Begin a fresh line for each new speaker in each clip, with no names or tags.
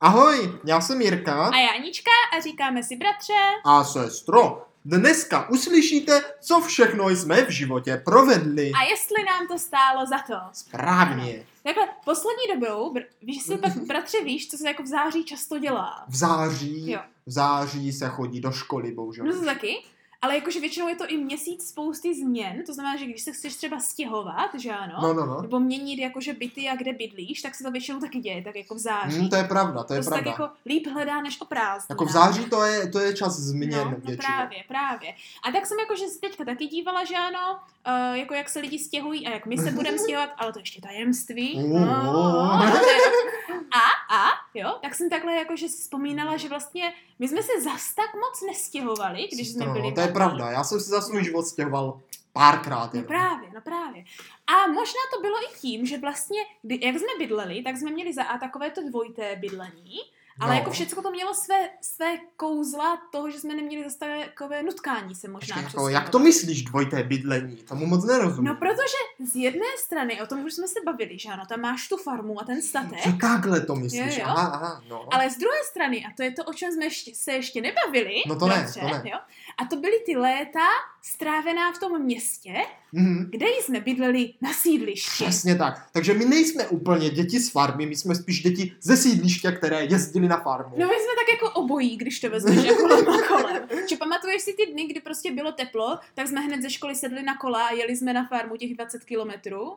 Ahoj, já jsem Jirka
A Jánička a říkáme si bratře.
a sestro. Dneska uslyšíte, co všechno jsme v životě provedli.
A jestli nám to stálo za to.
Správně.
Takhle poslední dobou, br- víš si, br- bratře, víš, co se jako v září často dělá.
V září,
Jo.
v září se chodí do školy, bohužel.
No to taky. Ale jakože většinou je to i měsíc spousty změn, to znamená, že když se chceš třeba stěhovat, že ano,
No, no, no.
nebo měnit jakože byty a kde bydlíš, tak se to většinou taky děje, tak jako v září.
Hmm, to je pravda, to je
to se tak
pravda.
jako líp hledá než o prázdninách.
Jako v září to je, to je čas změn
no, no
většinou.
právě, právě. A tak jsem jako, že se teďka taky dívala, že ano, uh, jako jak se lidi stěhují a jak my se budeme stěhovat, ale to ještě tajemství.
Mm.
No, to je- a, a, jo, tak jsem takhle jako, že si vzpomínala, že vlastně my jsme se zas tak moc nestěhovali, když jsme
Sestro,
byli
No, to je
malí.
pravda, já jsem si za svůj život stěhoval párkrát
No
jenom.
právě, no právě. A možná to bylo i tím, že vlastně, kdy, jak jsme bydleli, tak jsme měli za A takové to dvojité bydlení, ale
No.
jako všechno to mělo své, své kouzla toho, že jsme neměli zase takové nutkání se možná
Počkej, jako,
přestěhovat.
jak to myslíš dvojité bydlení? Tomu moc nerozumím.
No protože z jedné strany, o tom už jsme se bavili, že ano, tam máš tu farmu a ten statek,
Že takhle to myslíš?
Jo, jo.
Aha, aha, no.
ale z druhé strany, a to je to, o čem jsme ještě, se ještě nebavili,
No to ne,
bratře,
to ne.
Jo? a to byly ty léta strávená v tom městě,
Mhm.
kde jsme bydleli na sídlišti.
Přesně tak. Takže my nejsme úplně děti z farmy, my jsme spíš děti ze sídliště, které jezdili na farmu.
No my jsme tak jako obojí, když to vezmeš jako na kole. Že pamatuješ si ty dny, kdy prostě bylo teplo, tak jsme hned ze školy sedli na kola a jeli jsme na farmu těch 20 kilometrů?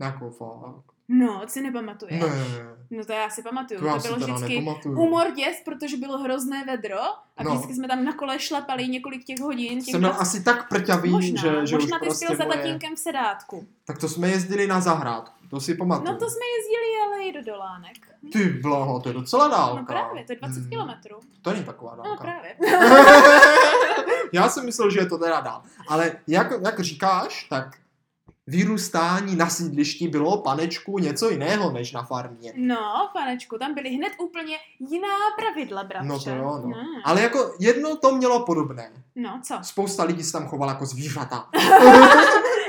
Jako fakt.
No, ty si nepamatuješ.
Ne,
No to já si pamatuju.
to já
To,
si
bylo
teda
vždycky
nepamatuju.
úmor děs, protože bylo hrozné vedro a
No.
vždycky jsme tam na kole šlapali několik těch hodin. Těch
Jsem byl
20
asi tak prťavý,
možná,
že, že
možná
už
ty
prostě
spěl za
moje...
tatínkem v sedátku.
Tak to jsme jezdili na zahrádku, to si pamatuju.
No to jsme jezdili, ale i do dolánek.
Ty blaho, to je docela dálka.
No právě, to je 20
Hmm,
kilometrů.
To není taková dálka.
No právě.
Já jsem myslel, že je to teda dál. Ale jak, jak říkáš, tak vyrůstání na sídlišti bylo panečku něco jiného než na farmě.
No, panečku, tam byly hned úplně jiná pravidla, bratře.
No to jo, no.
No,
Ale jako jedno to mělo podobné.
no co?
Spousta lidí se tam chovala jako zvířata.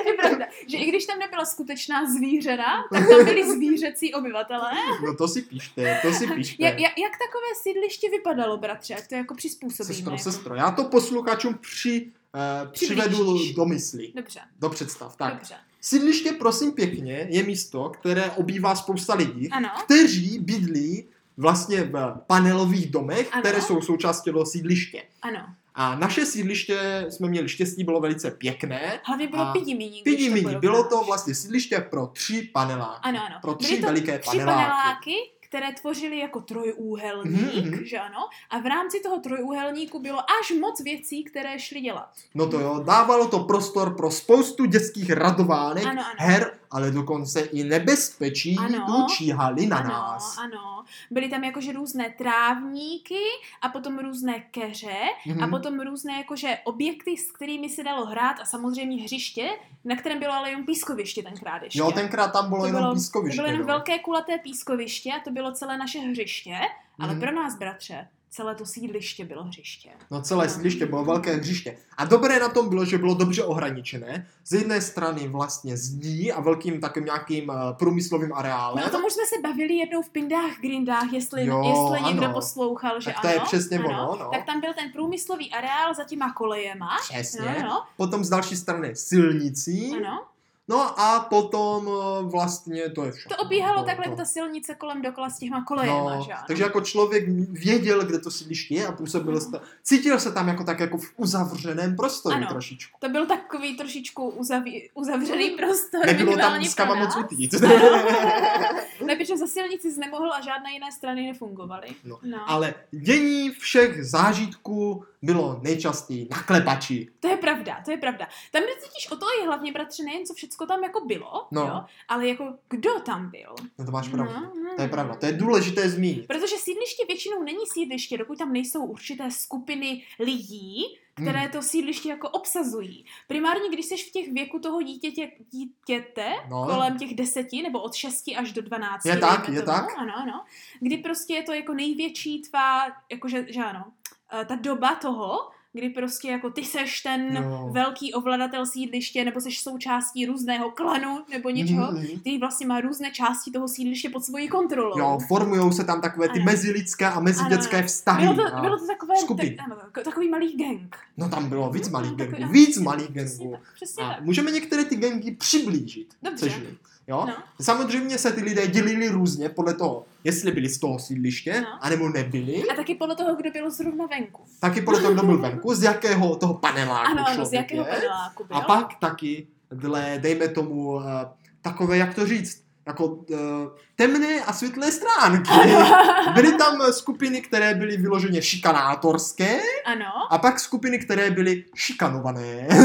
Je pravda, že i když tam nebyla skutečná zvířena, tak tam byli zvířecí obyvatelé.
No to si píšte, to si píšte.
Jak, jak, jak takové sídliště vypadalo, bratře? Jak to jako přizpůsobíme?
sestro,
jako?
sestro, já to posluchačům při, eh, přivedu
Přiblížíš.
do mysli,
Dobře,
do představ. Tak,
dobře.
sídliště, prosím pěkně, je místo, které obývá spousta lidí,
Ano,
kteří bydlí vlastně v panelových domech,
Ano.
které jsou součástí toho sídliště.
ano.
A naše sídliště, jsme měli štěstí, bylo velice pěkné.
Hlavně bylo
A
pidimíní. když to
Pidimini,
porovnáš.
bylo to vlastně sídliště pro tři paneláky.
Ano, ano.
Pro tři
Byly to
veliké
tři
paneláky.
paneláky, které tvořily jako trojúhelník,
Mhm, mhm.
že ano? A v rámci toho trojúhelníku bylo až moc věcí, které šly dělat.
No to jo, dávalo to prostor pro spoustu dětských radovánek,
Ano, ano.
her, ale dokonce i nebezpečí
Ano.
tu číhali na
ano,
nás.
ano. Byly tam jakože různé trávníky a potom různé keře
Mhm.
a potom různé jakože objekty, s kterými se dalo hrát a samozřejmě hřiště, na kterém bylo ale jenom pískoviště tenkrát ještě.
Jo, tenkrát tam bylo
To
jenom
bylo-
pískoviště.
To bylo jenom
no.
velké kulaté pískoviště a to bylo celé naše hřiště, ale
Mhm.
pro nás, bratře, celé to sídliště bylo hřiště.
No celé sídliště bylo velké hřiště. A dobré na tom bylo, že bylo dobře ohraničené. Z jedné strany vlastně zdí a velkým takovým nějakým eh, průmyslovým areálem.
No o tom už jsme se bavili jednou v Pindách, Grindách, jestli,
Jo,
jestli
ano.
někdo poslouchal, že
Tak to
ano.
je přesně
ano,
ono, no.
Tak tam byl ten průmyslový areál za těma kolejema.
Přesně.
No, no,
Potom z další strany silnicí.
ano.
No a potom eh, vlastně to je všechno.
To obíhalo
To-
takhle
to-
jako ta silnice kolem dokola s těma kolejema, že ano?
takže jako člověk věděl, kde to sídliště je a
Mhm.
působil se, cítil se tam jako tak jako v uzavřeném prostoru
Ano.
trošičku.
To byl takový trošičku uzaví, uzavřený prostor.
Nebylo tam
minimálně
s kama
pro nás.
moc utíct.
Ne, protože za silnici jsi nemohl a žádné jiné strany nefungovaly.
No,
no.
Ale dění všech zážitků bylo nejčastěji na klepači.
To je pravda, to je pravda. Tam jde totiž o to i hlavně, bratře, nejen co všecko tam jako bylo,
No.
jo, ale jako kdo tam byl.
No to máš pravdu.
No, no.
To je pravda, to je důležité zmínit.
Protože sídliště většinou není sídliště, dokud tam nejsou určité skupiny lidí, které
Hmm.
to sídliště jako obsazují. Primárně, když jsi v těch věku toho dítětě, dítěte,
Hmm, No,
kolem těch deseti, nebo od 6 až do 12.
Je
dejme
tak, je
tomu,
tak.
Ano, ano. Kdy prostě je to jako největší tvá, jakože, že ano, eh, ta doba toho, kdy prostě jako ty seš ten
No.
velký ovladatel sídliště, nebo seš součástí různého klanu, nebo něčeho,
Mhm, mhm.
který vlastně má různé části toho sídliště pod svojí kontrolou.
Jo, formujou se tam takové ty
Ano.
mezilidské a mezidětské
Ano.
vztahy.
Bylo
no.
to, bylo to takové,
Skupin.
tak, ano, tak- takový malý gang.
no tam bylo víc
Mhm,
malých
takový-
gangů,
ano,
víc
přesně-
malých
přesně
gangů.
tak, Přesně
A
tak.
můžeme některé ty gangy přiblížit.
Dobře.
chceš-li, Jo?
No.
Samozřejmě se ty lidé dělili různě podle toho, jestli byli z toho sídliště,
No.
anebo nebyli.
A taky podle toho, kdo byl zrovna venku.
Taky podle toho, kdo byl venku, z jakého toho paneláku
Ano, ano, z
člověk
jakého
je.
paneláku byl.
A pak taky, dle, dejme tomu, uh, takové, jak to říct, jako uh, temné a světlé stránky. Byly tam eh, skupiny, které byly vyloženě šikanátorské
Ano.
a pak skupiny, které byly šikanované.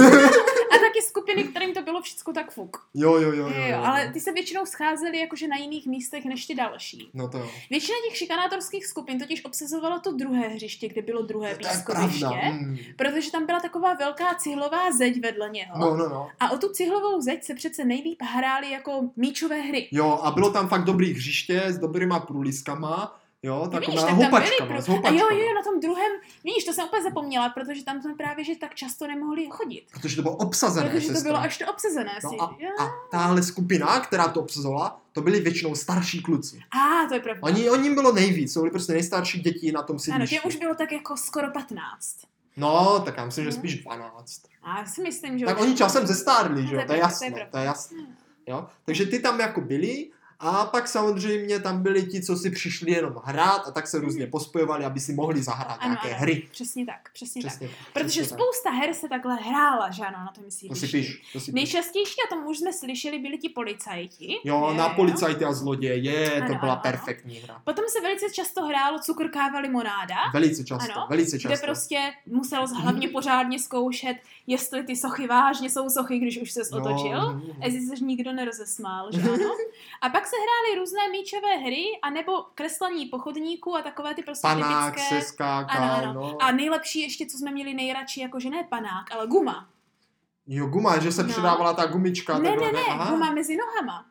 A taky skupiny, kterým to bylo všechno tak fuk.
jo, jo, jo, jo,
Jo,
jo.
ale ty se většinou scházely jakože na jiných místech než ty další.
No to jo.
Většina těch šikanátorských skupin totiž obsazovalo to druhé hřiště, kde bylo druhé
To je pravda.
pískoviště,
Mm.
protože tam byla taková velká cihlová zeď vedle něho.
No, no, no.
A o tu cihlovou zeď se přece nejlíp hrály jako míčové hry.
Jo, a bylo tam fakt dobrý hřiště s dobrýma průliskama, jo,
Vidíš,
taková
tak tam byly
houpačkama, s
A jo,
houpačkama.
jo, jo, na tom druhém, víš, to jsem úplně zapomněla, protože tam jsme právě, že tak často nemohli chodit.
Protože to bylo obsazené,
Protože to
sestro.
bylo až to obsazené.
No
si.
a,
Jo.
a tahle skupina, která to obsazovala, to byli většinou starší kluci.
A, to je pravda.
Oni, oni bylo nejvíc, to byli prostě nejstarší děti na tom
Ano,
sídlišti.
těm už bylo tak jako skoro 15.
No, tak já myslím, že
Mhm.
spíš 12.
A já si myslím, že...
Tak
už-
oni časem zestárli, že jo,
je
to je
pravda, to je
jasné,
pravda.
to je jasné. Jo? Takže ty tam jako byli a pak samozřejmě tam byli ti, co si přišli jenom hrát a tak se různě pospojovali, aby si mohli zahrát
Hmm. Ano,
nějaké
ano.
hry.
Přesně tak, přesně, přesně
Přesně.
tak. Protože
přesně tak.
spousta her se takhle hrála, že ano, na tom
To si
sídlišti.
píš, to si píš.
Nejčastější, a tom už jsme slyšeli, byli ti policajti.
Jo,
Je,
na policajty a zloděje, je, to
no. Ano,
byla
ano,
perfektní hra.
Potom se velice často hrálo cukr, káva, limonáda,
Velice často,
Ano,
velice
kde
často.
prostě musel hlavně pořádně zkoušet, jestli ty sochy vážně jsou sochy, když už se
Jo,
otočil.
mhm, mhm.
Ezi se nikdo nerozesmál, že ano? A pak se hrály různé míčové hry, anebo kreslení pochodníků a takové ty prostě
mhm. Panák
typické...
se skákal,
Ano, ano.
no.
A nejlepší ještě, co jsme měli nejradši, jakože ne panák, ale guma.
Jo, guma, že se
No.
přidávala ta gumička.
ne,
takhle,
ne, ne,
Aha,
guma mezi nohama.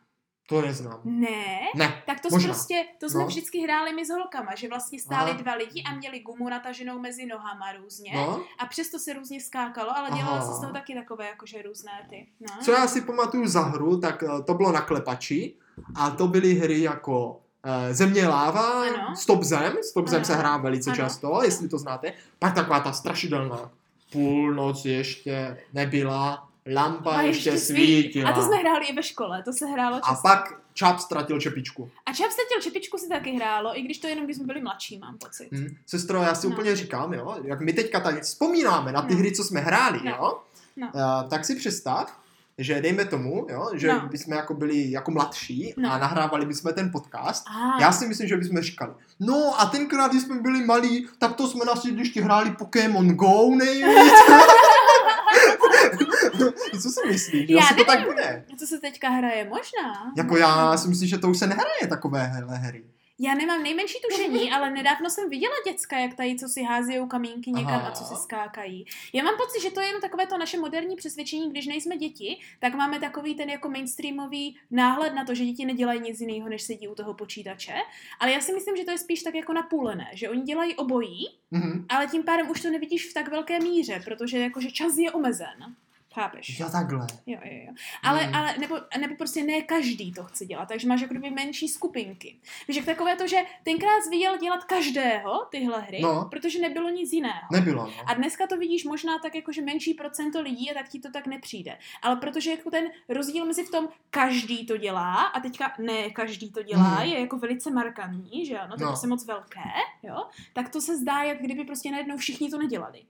To neznám.
Ne,
Ne,
tak to
Možná.
Možná. prostě, to jsme
No.
no. vždycky hráli my s holkama, že vlastně stáli
Aha.
Aha. dva lidi a měli gumu nataženou mezi nohama různě. No.
no.
A přesto se různě skákalo, ale dělalo
Aha.
se z toho taky takové jakože různé ty. No.
Co já si pamatuju za hru, tak eh, to bylo na klepači a to byly hry jako eh, Země láva,
Ano.
Stop zem, Stop zem
Ano.
se hrá velice
Ano.
často, jestli to znáte. Pak taková ta strašidelná půlnoc ještě nebyla, lampa
A
ještě,
svít.
svítila.
A to jsme hráli i ve škole, to se hrálo
a
často.
pak Čáp ztratil čepičku.
A čap ztratil čepičku se taky hrálo, i když to jenom když jsme byli mladší, mám pocit.
Hm? Sestro, já si
No.
úplně říkám, jo, jak my teďka tady vzpomínáme na ty
No.
hry, co jsme hráli,
No.
jo,
No.
Eh, tak si představ, že dejme tomu, jo, že
No.
bychom jako byli jako mladší
No.
a nahrávali bychom ten podcast.
A,
Já si myslím, že bychom říkali, no a tenkrát, když jsme byli malí, tak to jsme na sídlišti hráli Pokémon Go nejvíc. co si myslíš?
Já
Já si to tak
nevím.
bude.
co se teďka hraje? Možná.
Jako já si myslím, že to už se nehraje takovéhle hry.
Já nemám nejmenší tušení, ale nedávno jsem viděla děcka, jak tady co si házejou kamínky někam
Aha.
a co si skákají. Já mám pocit, že to je jenom takové to naše moderní přesvědčení, když nejsme děti, tak máme takový ten jako mainstreamový náhled na to, že děti nedělají nic jiného, než sedí u toho počítače. Ale já si myslím, že to je spíš tak jako napůlené, že oni dělají obojí,
Mhm.
ale tím pádem už to nevidíš v tak velké míře, protože jakože čas je omezen. Chápeš?
Jo, takhle.
Jo, jo, jo. Ale,
Hmm.
hmm. ale nebo, nebo prostě ne každý to chce dělat, takže máš jako kdyby menší skupinky. Víš, jak takové to, že tenkrát jsi viděl dělat každého tyhle hry,
No.
protože nebylo nic jiného.
Nebylo, no.
A dneska to vidíš možná tak jako, že menší procento lidí a tak ti to tak nepřijde. Ale protože jako ten rozdíl mezi v tom každý to dělá a teďka ne každý to dělá,
Mhm.
je jako velice markantní, že jo, no to
No.
je prostě moc velké, jo, tak to se zdá, jak kdyby prostě najednou všichni to nedělali.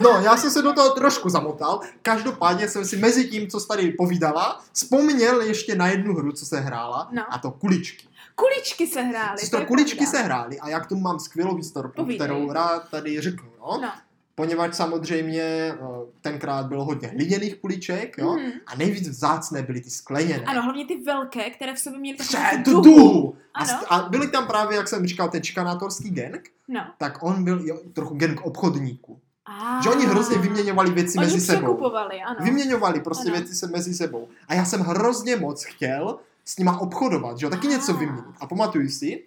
No, já jsem se do toho trošku zamotal. Každopádně jsem si mezi tím, co jsi tady povídala, vzpomněl ještě na jednu hru, co se hrála,
No.
a to kuličky.
Kuličky se hrály. to
Sestro,
je
kuličky
pravda.
se hrály a jak tomu mám skvělou historku,
Povídej.
kterou rád tady řeknu, jo?
No.
Poněvadž samozřejmě eh, tenkrát bylo hodně hliněných kuliček, jo?
Mhm.
A nejvíc vzácné byly ty skleněné.
Ano, hlavně ty velké, které v sobě měly
Před
tu
tu! A,
Ano.
st- a byly tam právě, jak jsem říkal, ten čikanátorský gang,
No.
tak on byl jo, trochu gang obchodníků.
A...
Že oni hrozně vyměňovali věci
Oni
mezi sebou.
překupovali, ano.
Vyměňovali prostě
Ano.
věci se mezi sebou. A já jsem hrozně moc chtěl s nima obchodovat, že jo, taky
Ah.
něco vyměnit. A pamatuju si,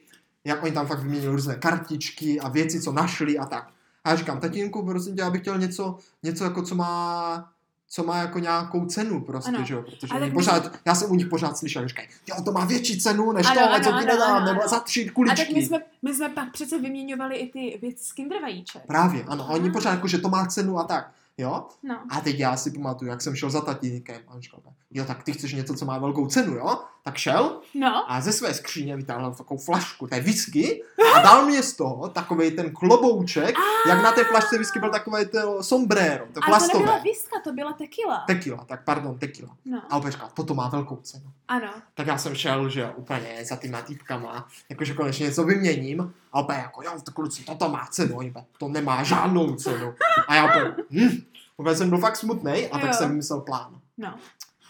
jak oni tam fakt vyměnili různé kartičky a věci, co našli a tak. A já říkám, tatínku, prosím tě, já bych chtěl něco, něco jako, co má co má jako nějakou cenu prostě,
Ano.
že jo, protože
Ale
oni
když-
pořád, já jsem u nich pořád slyšel, že říkají, jo, to má větší cenu, než
Ano,
tohle,
ano,
co ti
ano,
nedám,
ano,
nebo
ano.
za tři
A
kuličky.
tak my jsme, my jsme pak přece vyměňovali i ty věci z Kinder vajíček.
Právě, ano, a oni
Ah.
pořád jako, že to má cenu a tak, jo.
No.
A teď já si pamatuju, jak jsem šel za tatínkem a on říkal, jo, tak ty chceš něco, co má velkou cenu, jo? Tak šel
No.
a ze své skříně vytáhl takovou flašku té whisky a dal mě z toho takovej ten klobouček, jak na té flašce whisky byl takové to sombrero, to
A to nebyla
plastové.
viska, to byla tequila.
Tequila, tak pardon, tequila.
No.
A opět říkal, toto má velkou cenu.
Ano.
Tak já jsem šel, že jo, úplně za týma týpkama, jakože konečně něco vyměním. A opět jako, jo, to kluci, toto má cenu, oni úplně, to nemá žádnou cenu. A já opět, hm, opět jsem byl fakt smutnej a tak
Jo.
jsem vymyslel plán.
No.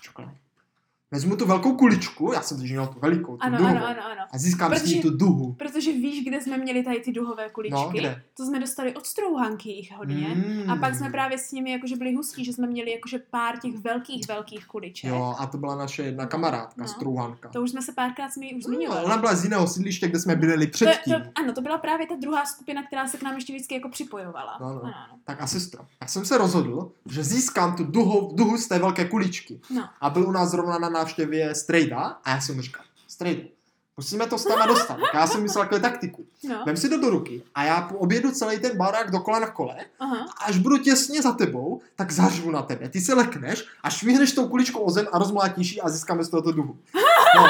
Čokoládu. Vezmu tu velkou kuličku, já jsem teď měl tu velikou, tu
Ano,
duhu.
ano, ano, ano.
A získám z ní
Protože-
tu duhu.
Protože víš, kde jsme měli tady ty duhové kuličky?
No, kde?
To jsme dostali od strouhanky jich hodně.
Mm.
A pak jsme právě s nimi jakože byli hustí, že jsme měli jakože pár těch velkých, velkých kuliček.
Jo, a to byla naše jedna kamarádka,
No.
Struhanka.
To už jsme se párkrát jsme ji už
No,
zmiňovali.
ona byla z jiného sídliště, kde jsme bydleli
to,
předtím.
to, ano, to byla právě ta druhá skupina, která se k nám ještě vždycky jako připojovala.
No, no.
Ano, ano.
Tak a sestro, já jsem se rozhodl, že získám tu duhu, duhu z té velké kuličky.
No.
A byl u nás zrovna na návštěvě Strejda a já jsem mu říkal, Strejda, musíme to s tebe dostat. Tak já jsem myslel takovou taktiku.
no.
Vem si to do ruky a já objedu celý ten barák dokola na kole
Aha.
A až budu těsně za tebou, tak zařvu na tebe. Ty se lekneš a švihneš tou kuličkou o zem a rozmlátíš ji a získáme z tohoto duhu. No,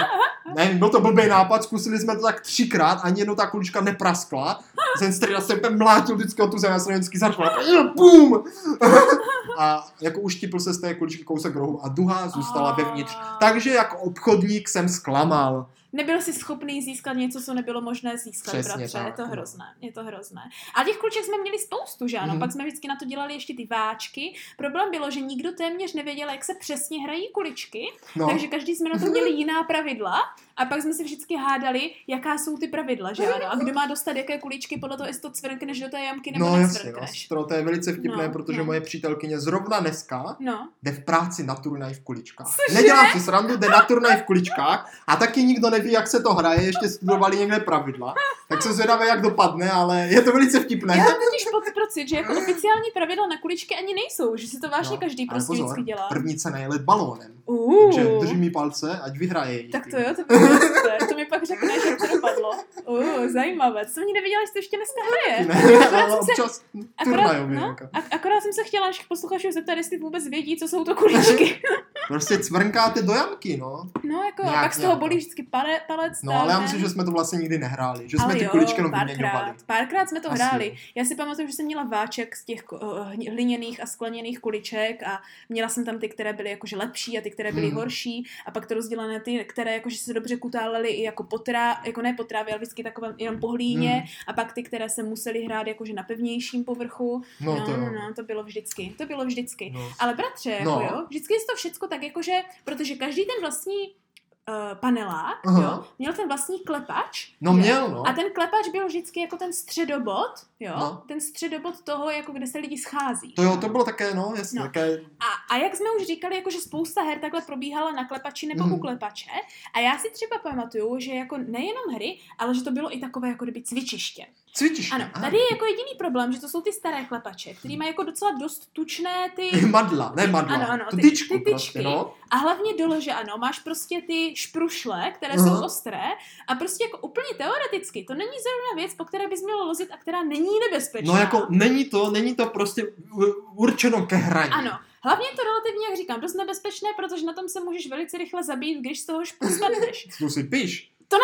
nevím, byl to blbý nápad, zkusili jsme to tak třikrát, ani jednou ta kulička nepraskla. Ten strýda se úplně mlátil vždycky o tu zem, já jsem vždycky zařval. Bum! A jako uštipl se z té kuličky kousek rohu a duha zůstala
A.
vevnitř. Takže jako obchodník jsem zklamal.
Nebyl jsi schopný získat něco, co nebylo možné získat,
Přesně
bratře.
tak,
je to
no.
hrozné, je to hrozné. A těch kluček jsme měli spoustu, že ano?
Mhm.
Mm. Pak jsme vždycky na to dělali ještě ty váčky. Problém bylo, že nikdo téměř nevěděl, jak se přesně hrají kuličky,
No,
takže každý jsme na to měli jiná pravidla a pak jsme si vždycky hádali, jaká jsou ty pravidla,
No,
že ano? A kdo má dostat jaké kuličky podle toho, jestli to cvrkneš do té jamky nebo
no jasně, no,
necvrkneš.
to je velice vtipné,
No,
protože
no.
moje přítelkyně zrovna dneska
No,
jde v práci na turnaj v kuličkách.
Cože?
Nedělá si srandu, jde na turnaj v kuličkách a taky nikdo neví, jak se to hraje, ještě studovali někde pravidla. Tak jsem zvědavý, jak dopadne, ale je to velice vtipné. No,
já mám totiž pod- pocit, že jako oficiální pravidla na kuličky ani nejsou, že si to vážně
No,
každý
ale
prostě
pozor,
vždycky dělá.
První cena je let balónem.
Uh.
Takže drží mi palce, ať vyhraje.
Tak to jo, to bylo super. To mi pak řekneš, jak to dopadlo. Uh, zajímavé. To jsem ani nevěděla, že to ještě dneska hraje.
Ne,
Akorát
ale
jsem se-
občas
Akorát,
turnajově.
no,
jako.
a- akorát jsem se chtěla všech posluchačů zeptat, jestli vůbec vědí, co jsou to kuličky.
Prostě cvrnkáte do jamky, no.
No, jako,
Nějak,
a pak z toho
nějak.
bolí vždycky pale, palec.
No,
tam
ale já
ten.
myslím, že jsme to vlastně nikdy nehráli. Že
Ale
jsme ty
jo,
kuličky jenom vyměňovali.
párkrát, párkrát jsme to
Asi.
hráli. Já si pamatuju, že jsem měla váček z těch uh, hliněných a skleněných kuliček a měla jsem tam ty, které byly jakože lepší a ty, které byly
Mhm.
horší a pak to rozdělené ty, které jakože se dobře kutálely i jako potrá, jako ne potrávy, ale vždycky takové jenom po hlíně
Mhm.
a pak ty, které se musely hrát jakože na pevnějším povrchu.
No, to
no,
jo.
no, to bylo vždycky, to bylo vždycky.
No.
Ale bratře, jako
No.
jo, vždycky je to všecko tak jakože, protože každý ten vlastní uh, panelák,
Aha.
jo, měl ten vlastní klepač.
No
že?
měl, no.
A ten klepač byl vždycky jako ten středobod, jo,
No.
no. ten středobod toho, jako kde se lidi schází.
To jo, to bylo také, no, jasně,
No.
také
A, a jak jsme už říkali, jakože spousta her takhle probíhala na klepači nebo
Mhm.
u klepače. A já si třeba pamatuju, že jako nejenom hry, ale že to bylo i takové jako kdyby cvičiště.
cvičiště.
Ano,
aha.
tady je jako jediný problém, že to jsou ty staré klepače, který mají jako docela dost tučné ty
Madla, ne madla.
Ano, ano,
tu
ty-
tyčku,
ty tyčky.
Prostě, no.
A hlavně dole, že ano, máš prostě ty šprušle, které
Aha.
jsou ostré a prostě jako úplně teoreticky, to není zrovna věc, po které bys měl lozit a která není nebezpečná.
no jako není to, není to prostě u- určeno ke hraní.
Ano, hlavně je to relativně, jak říkám, dost nebezpečné, protože na tom se můžeš velice rychle zabít, když z toho špru spadneš.
To si píš.
Ty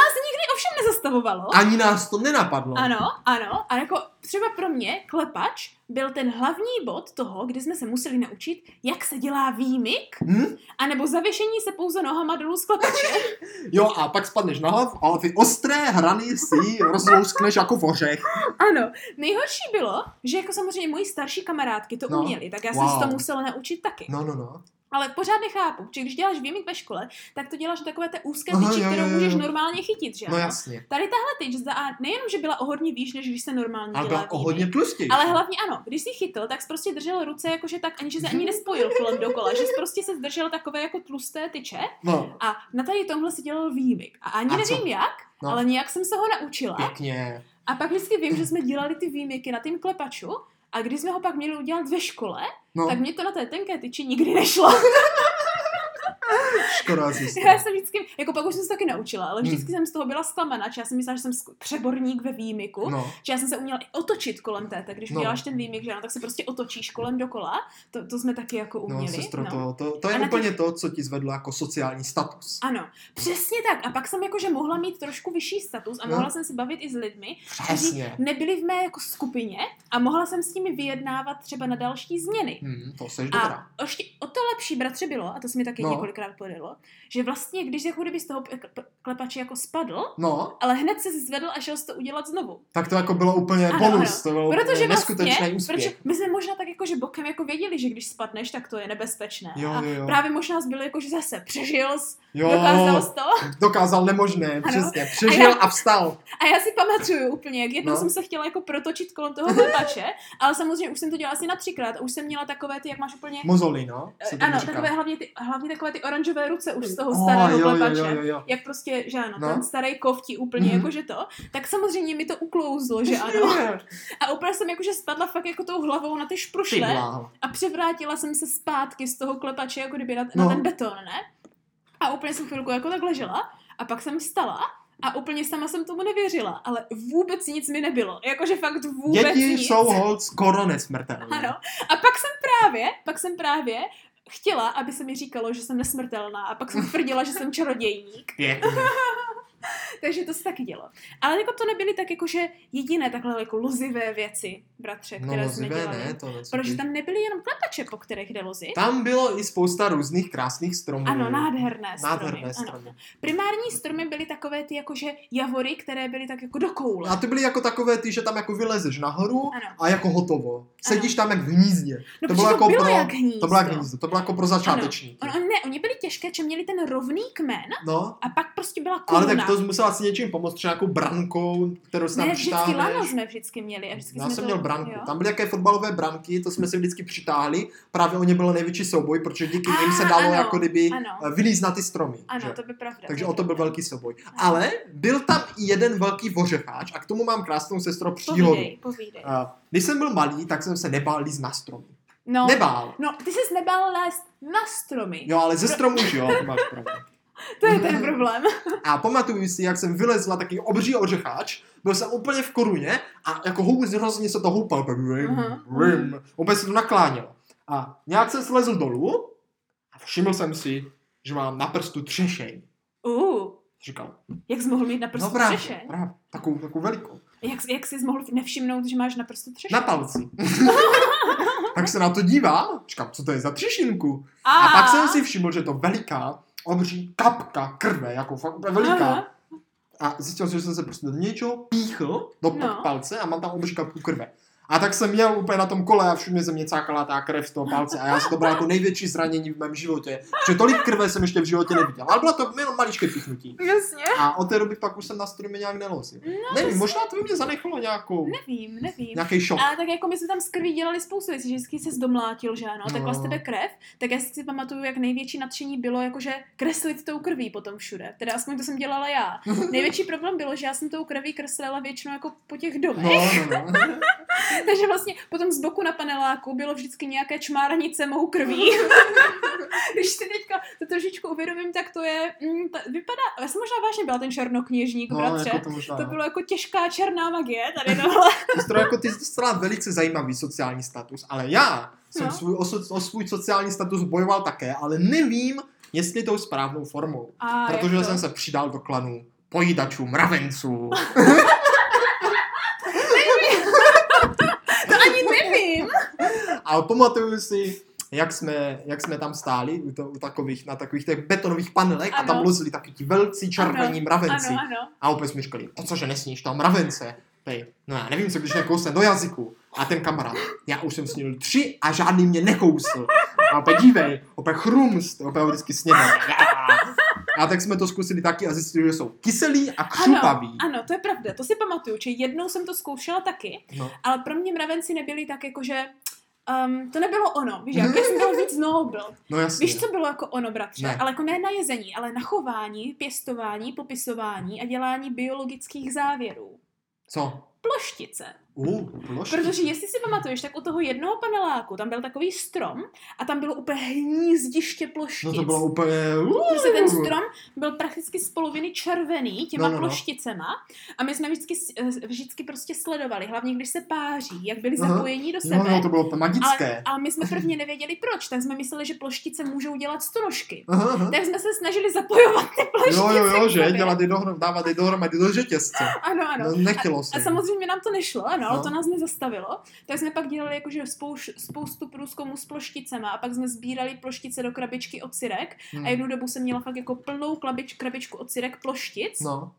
ovšem nezastavovalo.
Ani nás to nenapadlo.
Ano, ano. A jako třeba pro mě klepač byl ten hlavní bod toho, kde jsme se museli naučit, jak se dělá výmyk,
Hm?
anebo zavěšení se pouze nohama dolů z klepače.
Jo, a pak spadneš na hlavu a ty ostré hrany si rozlouskneš jako v ořech.
Ano, nejhorší bylo, že jako samozřejmě moji starší kamarádky to
No.
uměly, tak já
Wow.
jsem si to musela naučit taky.
No, no, no.
Ale pořád nechápu, že když děláš výmyk ve škole, tak to děláš do takové té úzké
Aha,
tyči,
jo, jo,
kterou
jo,
můžeš
jo.
normálně chytit, že
No
ano?
jasně.
Tady tahle tyč za A nejenom, že byla o hodně výš, než když se normálně
Ale
dělá
byla o
výmyk,
hodně tlustější.
ale hlavně ano, když jsi chytl, tak jsi prostě držel ruce jakože tak, aniž se ani nespojil kolem dokola, že jsi prostě se zdržel takové jako tlusté tyče
No,
a na tady tomhle si dělal výmyk. A ani
A
nevím
co?
jak,
No.
ale nějak jsem se ho naučila.
pěkně.
A pak vždycky vím, že jsme dělali ty výmyky na tým klepaču a když jsme ho pak měli udělat ve škole,
No,
tak mě to na té tenké tyči nikdy nešlo.
škoda
Já
zjistila.
jsem vždycky, jako pak už jsem se taky naučila, ale
Hmm.
vždycky jsem z toho byla zklamaná, že já jsem myslela, že jsem sk- přeborník ve výmyku,
No,
že já jsem se uměla i otočit kolem té, tak když
No.
uděláš ten výmyk, že ano, tak se prostě otočíš kolem dokola, to, to jsme taky jako uměli.
no, sestro,
no.
to, to, to
A
je
na
úplně to, co ti zvedlo jako sociální status.
Ano, přesně tak. A pak jsem jakože mohla mít trošku vyšší status a
No.
mohla jsem se bavit i s lidmi, kteří
Přesně.
nebyli v mé jako skupině a mohla jsem s nimi vyjednávat třeba na další změny.
Hmm, to seš dobrá.
A ještě o to lepší bratře bylo, a to se mi taky
No.
několikrát podalo, že vlastně, když jako kdyby z toho p- p- klepače jako spadl,
No,
ale hned se zvedl a šel si to udělat znovu.
tak to jako bylo úplně
Ano,
bonus,
ano.
to bylo
Protože
úplně
vlastně,
neskutečný úspěch.
protože my jsme možná tak jako, že bokem jako věděli, že když spadneš, tak to je nebezpečné.
Jo,
a
jo, jo.
právě možná zbylo jako, že zase přežil, jsi,
Jo,
dokázal jsi to.
dokázal nemožné,
Ano.
přesně. Přežil a vstal.
A já si pamatuju úplně, jak jednou
No.
jsem se chtěla jako protočit kolem toho klepače, ale samozřejmě už jsem to dělala asi na třikrát a už jsem měla takové ty, jak máš úplně...
Mozoli, no?
eh,
Se tomu
Ano,
říká.
takové hlavně, ty, hlavně takové ty oranžové ruce už z toho
Oh,
starého
jo, jo,
klepače.
jo, jo, jo.
Jak prostě, že ano,
No.
ten starý kovtí úplně
Mhm.
jako že to, tak samozřejmě mi to uklouzlo, že ano. A úplně jsem jakože spadla fakt jako tou hlavou na ty
Ty
šprušle
bláho.
a převrátila jsem se zpátky z toho klepače, jako kdyby na, na
No.
ten beton, ne? A úplně jsem chvilku jako tak ležela a pak jsem vstala a úplně sama jsem tomu nevěřila, ale vůbec nic mi nebylo. Jakože fakt vůbec
Děti
nic.
jsou hold skoro nesmrtelné.
Ano. A pak jsem právě, pak jsem právě chtěla, aby se mi říkalo, že jsem nesmrtelná a pak jsem tvrdila, že jsem čarodějník.
Pěkně.
Takže to se taky dělo. Ale jako to nebyly tak jakože jediné takhle jako lozivé věci, bratře,
No,
které jsme
lozivé
dělali.
ne, to ne.
Protože tam nebyly jenom klepače, po kterých jde lozit.
Tam bylo i spousta různých krásných stromů.
Ano, nádherné stromy.
Hmm. Nádherné
ano.
stromy.
Primární stromy byly takové ty jakože javory, které byly tak jako do koule.
A ty byly jako takové ty, že tam jako vylezeš nahoru
Ano.
a jako hotovo. Sedíš tam jak v hnízdě.
No,
to
protože
bylo jako
to bylo
pro-
jak hnízdo.
To bylo jak hnízdo, to bylo jako pro začátečníky.
On, on, ne, oni byli těžké, že měli ten rovný kmen
No,
a pak prostě byla koruna.
ale tak to jsi musela si něčím pomoct, třeba nějakou brankou, kterou si tam
ne, vždycky lano
přitáhneš.
jsme vždycky měli. A vždycky
Já
jsme
jsem
to,
měl branku.
jo.
Tam byly jaké fotbalové branky, to jsme si vždycky přitáhli. Právě o ně byl největší souboj, protože díky nim se
Ah,
dalo
ano,
jako kdyby
ano.
eh, vylízt na ty stromy. že?
Ano, to by pravda.
Takže
to by
o to byl
pravda.
velký souboj. Ale byl tam i jeden velký vořecháč a k tomu mám krásnou sestro příhodu.
Povídej, povídej.
Eh, Když jsem byl malý, tak jsem se nebál líst na strom.
No,
Nebál.
no, ty jsi nebál lézt na stromy.
Jo, ale ze stromu, že jo, to máš pravdu.
To je ten problém.
A pamatuju si, jak jsem vylezl na takový obří ořecháč, byl jsem úplně v koruně a jako houbu hrozně se to houpal. tak Vim,
Aha.
vim, vůbec se to naklánělo. A nějak jsem slezl dolů a všiml jsem si, že mám na prstu třešeň.
Uh,
Říkal,
jak jsi mohl mít na prstu
no právě,
třešeň?
právě, takovou, takovou velikou.
Jak, jak jsi mohl nevšimnout, že máš na prstu třešeň?
Na palci. tak se na to dívá, říkám, co to je za třešinku? A pak jsem si všiml, že to veliká, obří kapka krve, jako fakt úplně veliká.
Aha.
A zjistil jsem, že jsem se prostě do něčeho píchl, do
No.
no. palce a mám tam obří kapku krve. A tak jsem měl úplně na tom kole a všude ze mě cákala ta krev z toho palce a já jsem to bral jako největší zranění v mém životě. Že tolik krve jsem ještě v životě neviděl, ale bylo to jenom maličké pichnutí.
Jasně.
A od té doby pak už jsem na stromě nějak nelozil. Nevím, možná No. to by mě zanechalo nějakou,
No, Nevím, nevím.
nějaký šok.
Ale tak jako my jsme tam z krví dělali spoustu věcí, že vždycky se domlátil, že ano, tak
No.
vlastně tebe krev, tak já si pamatuju, jak největší nadšení bylo, jakože kreslit tou krví potom všude. Teda aspoň to jsem dělala já. Největší problém bylo, že já jsem tou krví kreslila většinou jako po těch domech.
No, no, no.
Takže vlastně potom z boku na paneláku bylo vždycky nějaké čmáranice mou krví. Když si teďka to trošičku uvědomím, tak to je, mm, ta, vypadá, já jsem možná vážně byla ten černokněžník, no,
no
bratře.
jako to možná.
To
no.
bylo jako těžká černá magie tady tohle.
Sestro, jako ty jsi dostala velice zajímavý sociální status, ale já jsem
No.
no. svůj, o, so, o svůj sociální status bojoval také, ale nevím, jestli tou správnou formou.
A jak
protože
to?
jsem se přidal do klanu pojídačů, mravenců.
To ani nevím.
A pamatuju si, jak jsme, jak jsme tam stáli u to, u takových, na takových těch betonových panelech a
Ano.
tam lozili taky ti velcí červení mravenci.
Ano, ano.
A opět jsme říkali, o cože nesníš tam mravence? Pej, no já nevím, co když mě kousne do jazyku. A ten kamarád, já už jsem snil tři a žádný mě nekousl. A opět dívej, opět chrumst, opět ho vždycky sněme. A tak jsme to zkusili taky a zjistili, že jsou kyselí a
Ano,
křupavý.
ano, to je pravda, to si pamatuju, že jednou jsem to zkoušela taky,
No.
ale pro mě mravenci nebyly tak jako, že um, to nebylo ono, víš, jak já jsem měl víc nobl.
No jasně.
Víš, co bylo jako ono, bratře?
Ne.
Ale jako ne na jezení, ale na chování, pěstování, popisování a dělání biologických závěrů.
co?
Ploštice.
Uh, plošky.
Protože jestli si pamatuješ, tak u toho jednoho paneláku tam byl takový strom a tam bylo úplně hnízdiště ploštic.
No to bylo úplně...
Prostě ten strom byl prakticky z poloviny červený těma
No, no, no.
plošticema a my jsme vždycky, s- eh, vždycky prostě sledovali, hlavně když se páří, jak byli
Aha.
zapojení do
No,
sebe.
no, to bylo úplně magické.
ale, ale my jsme prvně nevěděli proč, tak jsme mysleli, že ploštice můžou dělat stonožky.
Aha, aha.
Tak jsme se snažili zapojovat ty ploštice.
Jo, jo, jo,
k
že?
sobě.
Dělat je dohromady, dávat je dohromady do řetězce.
Ano, ano.
No, nechtělo se.
A samozřejmě nám to nešlo, ano, ale
No.
to nás nezastavilo. Tak jsme pak dělali jakože spouš, spoustu průzkumů s plošticema a pak jsme sbírali ploštice do krabičky od cirek
Hm. Hmm.
a jednu dobu jsem měla fakt jako plnou klabič, krabičku od cirek ploštic
No.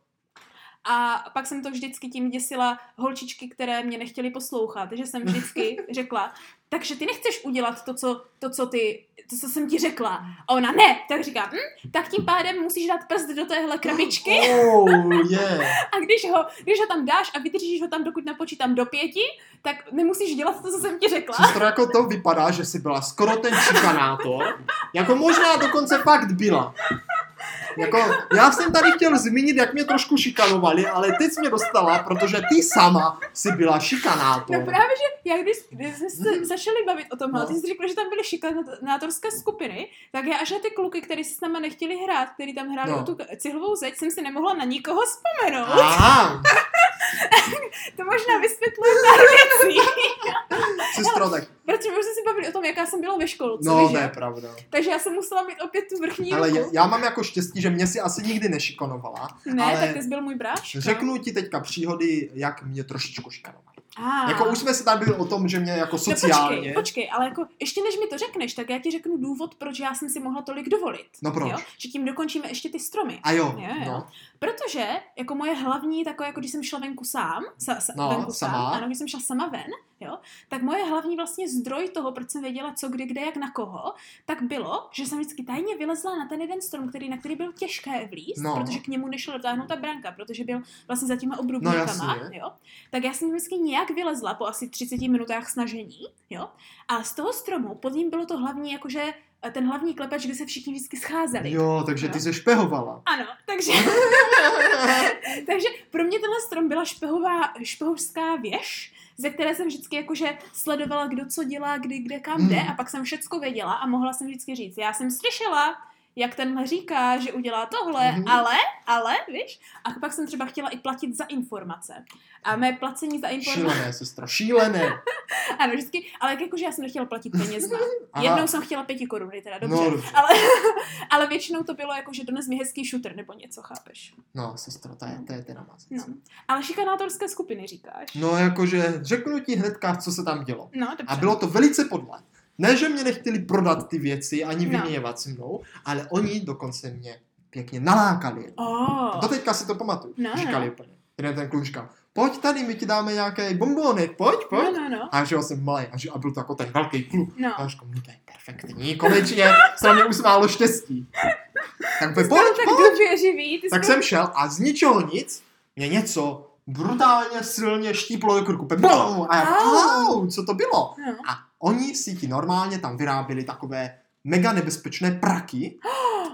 a pak jsem to vždycky tím děsila holčičky, které mě nechtěly poslouchat, že jsem vždycky řekla, takže ty nechceš udělat to, co, to, co ty, to, co jsem ti řekla. A ona ne, tak říká, hm, tak tím pádem musíš dát prst do téhle krabičky.
Oh, yeah.
A když ho, když ho tam dáš a vydržíš ho tam, dokud napočítám do pěti, tak nemusíš dělat to, co jsem ti řekla.
Přesto jako to vypadá, že jsi byla skoro ten šikanátor. Jako možná dokonce fakt byla. Jako, já jsem tady chtěl zmínit, jak mě trošku šikanovali, ale teď jsi mě dostala, protože ty sama si byla
No
šikanátor.
právě, že já když, když jsme se začali bavit o tomhle,
Mhm. No.
ty jsi řekl, že tam byly šikanátorské skupiny, tak já až na ty kluky, který si s náma nechtěli hrát, který tam hráli
No.
no. tu cihlovou zeď, jsem si nemohla na nikoho vzpomenout.
Aha,
To možná vysvětluje pár věcí.
sestro, tak
Protože my už jsme si bavili o tom, jaká jsem byla ve školce,
no
že?
to je pravda.
Takže já jsem musela mít opět tu vrchní
Ale já,
ruku.
já mám jako štěstí, že mě si asi nikdy nešikanovala.
Ne,
ale
tak ty jsi byl můj bráška.
Řeknu ti teďka příhody, jak mě trošičku šikanovali.
Ah.
Jako už jsme se tady byli o tom, že mě jako
No
sociálně...
počkej, počkej, ale jako ještě než mi to řekneš, tak já ti řeknu důvod, proč já jsem si mohla tolik dovolit.
No proč?
Jo? Že tím dokončíme ještě ty stromy.
A jo,
Jo, jo.
no.
Protože jako moje hlavní, takové jako když jsem šla venku sám, sa, sa,
No,
venku
sama.
sám, ano, když jsem šla sama ven, jo, tak moje hlavní vlastně zdroj toho, proč jsem věděla co, kdy, kde, jak, na koho, tak bylo, že jsem vždycky tajně vylezla na ten jeden strom, který, na který byl těžké vlíz,
No.
no. protože k němu nešla dotáhnout ta branka, protože byl vlastně za těma
No,
obrubníkama,
jasně.
jo. Tak já jsem vždycky nějak vylezla po asi 30 minutách snažení, jo. A z toho stromu pod ním bylo to hlavní, jakože eh, ten hlavní klepeč, kde se všichni vždycky scházeli.
Jo, takže ty se špehovala.
Ano, takže Takže pro mě tenhle strom byla špehová, špehovská věž, ze které jsem vždycky jakože sledovala, kdo co dělá, kdy, kde, kam jde
Hmm.
a pak jsem všecko věděla a mohla jsem vždycky říct, já jsem slyšela, jak tenhle říká, že udělá tohle,
Mhm.
ale, ale, víš? A pak jsem třeba chtěla i platit za informace. A mé placení za informace,
Šílené, sestra, šílené.
ano, vždycky, ale jak jakože já jsem nechtěla platit penězma.
Aha.
Jednou jsem chtěla pěti koruny, teda dobře.
No, dobře.
Ale, ale většinou to bylo jako, že dones mi hezký šuter nebo něco, chápeš?
No, sestro, to je, to je teda má
No.
no.
Ale šikanátorské skupiny říkáš.
no, jakože řeknu ti hnedka, co se tam dělo.
No, dobře.
A bylo to velice podle. Ne, že mě nechtěli prodat ty věci ani
No.
vyměňovat se mnou, ale oni dokonce mě pěkně nalákali.
Oh.
Do teďka si to pamatuju.
No, no.
Říkali úplně. Jeden ten kluk říkal, pojď tady, my ti dáme nějaké bombóny, pojď, pojď.
No, no, no.
A že jo, jsem malý a, že, a byl to jako ten velký kluk.
no.
A říkám, no to je perfektní, konečně, se na mě usmálo štěstí. Tak by pojď,
Pojď, tak
pojď.
důvěřivý. Ty
Tak
jsi...
jsem šel a z ničeho nic mě něco brutálně silně štíplo do krku. Pe- bum! A já,
Au.
au, co to bylo?
No.
A oni si ti normálně tam vyráběli takové mega nebezpečné praky.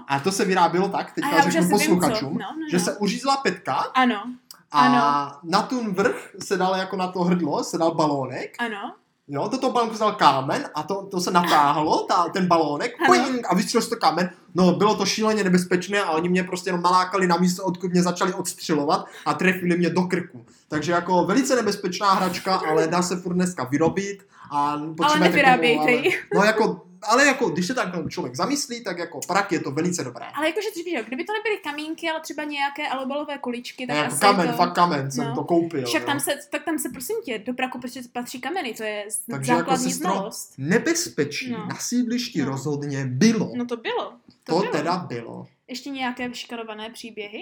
A to se vyrábělo tak,
A
teďka
já už
řeknu
asi vím, co.
posluchačům,
No, no, no.
že se uřízla petka
Ano,
a
Ano.
na ten vrch se dal jako na to hrdlo, se dal balónek
ano.
Jo, do toho balónku dal kámen a to, to se natáhlo, ta, ten balónek,
Ano.
poing, a vystřelil se to kámen. No, bylo to šíleně nebezpečné a oni mě prostě jenom nalákali na místo, odkud mě začali odstřelovat a trefili mě do krku. Takže jako velice nebezpečná hračka, ale dá se furt dneska vyrobit. A
Ale
potřebujete k tomu-
nevyrábějte
ale-
ji.
No jako, ale jako, když se tak člověk zamyslí, tak jako prak je to velice dobré.
Ale jakože třeba, že jo, kdyby to nebyly kamínky, ale třeba nějaké alobalové kuličky, tak
Ne, jako
asi
kamen,
to...
fakt kamen jsem
no.
to koupil.
Však
jo.
tam se, tak tam se prosím tě, do praku prostě patří kameny, to je z-
Takže jako
základní
sestro-
znalost.
Nebezpečí
No.
na sídlišti
No.
rozhodně bylo.
No to bylo.
To, to teda bylo.
Ještě nějaké vyškarované příběhy?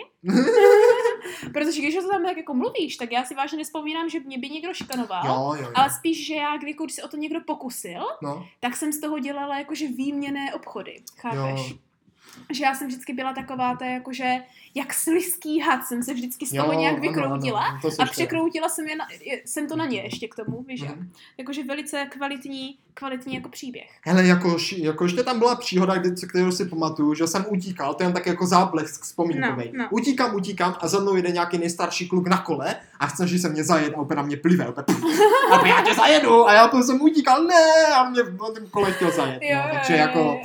Protože když o to tam tak jako mluvíš, tak já si vážně nespomínám, že mě by někdo šikanoval.
Jo, jo, jo.
Ale spíš, že já, kdy, jako, když se o to někdo pokusil,
No,
tak jsem z toho dělala jakože výměné obchody. Chápeš?
Jo.
Jo. Že já jsem vždycky byla taková ta jakože, jak sliský had, jsem se vždycky z
jo,
toho nějak
ano,
vykroutila.
ano, to
A
seš ty.
překroutila jsem, je na, je, jsem to na ně ještě k tomu, víš, jak?
Mhm.
jakože velice kvalitní, kvalitní jako příběh.
Hele, jako, š- jako ještě tam byla příhoda, kdy, co- kterou si pamatuju, že jsem utíkal, to je jen tak jako záplesk vzpomínkovej.
No, no.
Utíkám, utíkám a za mnou jde nějaký nejstarší kluk na kole a chce, že se mě zajet a úplně na mě plive. Úplně, pff, a úplně, já tě zajedu a já to jsem utíkal, ne, a mě na tom kole chtěl zajet.
Jo,
No,
jo,
takže
jo,
jako,
jo.